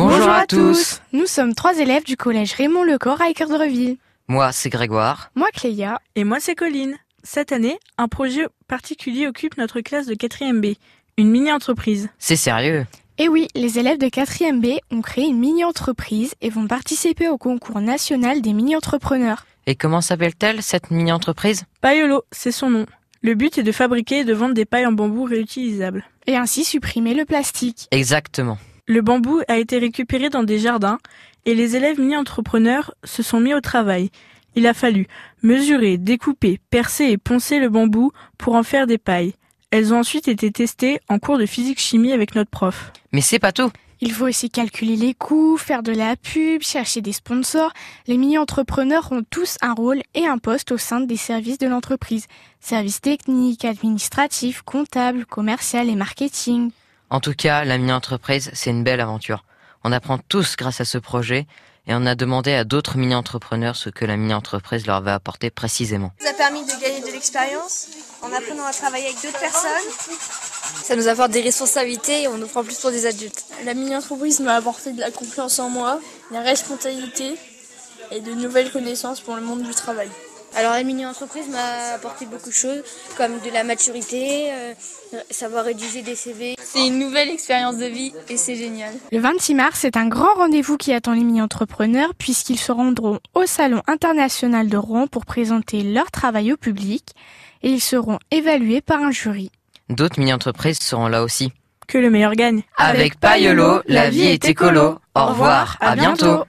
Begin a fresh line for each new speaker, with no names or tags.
à tous. Nous sommes trois élèves du collège Raymond Lecor à Écœur-de-Reville.
Moi, c'est Grégoire.
Moi, Cléa.
Et moi, c'est Colline. Cette année, un projet particulier occupe notre classe de 4e B, une mini-entreprise.
C'est sérieux
Et oui, les élèves de 4e B ont créé une mini-entreprise et vont participer au concours national des mini-entrepreneurs.
Et comment s'appelle-t-elle, cette mini-entreprise
Paiolo, c'est son nom. Le but est de fabriquer et de vendre des pailles en bambou réutilisables.
Et ainsi supprimer le plastique.
Exactement.
Le bambou a été récupéré dans des jardins et les élèves mini-entrepreneurs se sont mis au travail. Il a fallu mesurer, découper, percer et poncer le bambou pour en faire des pailles. Elles ont ensuite été testées en cours de physique-chimie avec notre prof.
Mais c'est pas tout.
Il faut aussi calculer les coûts, faire de la pub, chercher des sponsors. Les mini-entrepreneurs ont tous un rôle et un poste au sein des services de l'entreprise. Services techniques, administratifs, comptables, commercial et marketing.
En tout cas, la mini-entreprise, c'est une belle aventure. On apprend tous grâce à ce projet et on a demandé à d'autres mini-entrepreneurs ce que la mini-entreprise leur va apporter précisément.
Ça nous a permis de gagner de l'expérience en apprenant à travailler avec d'autres personnes.
Ça nous apporte des responsabilités et on nous prend plus pour des adultes.
La mini-entreprise m'a apporté de la confiance en moi, de la responsabilité et de nouvelles connaissances pour le monde du travail.
Alors la mini-entreprise m'a apporté beaucoup de choses, comme de la maturité, euh, savoir rédiger des CV.
C'est une nouvelle expérience de vie et c'est génial.
Le 26 mars, c'est un grand rendez-vous qui attend les mini-entrepreneurs puisqu'ils se rendront au Salon international de Rouen pour présenter leur travail au public et ils seront évalués par un jury.
D'autres mini-entreprises seront là aussi.
Que le meilleur gagne
Avec Paiolo, la vie est écolo. Au revoir, à bientôt.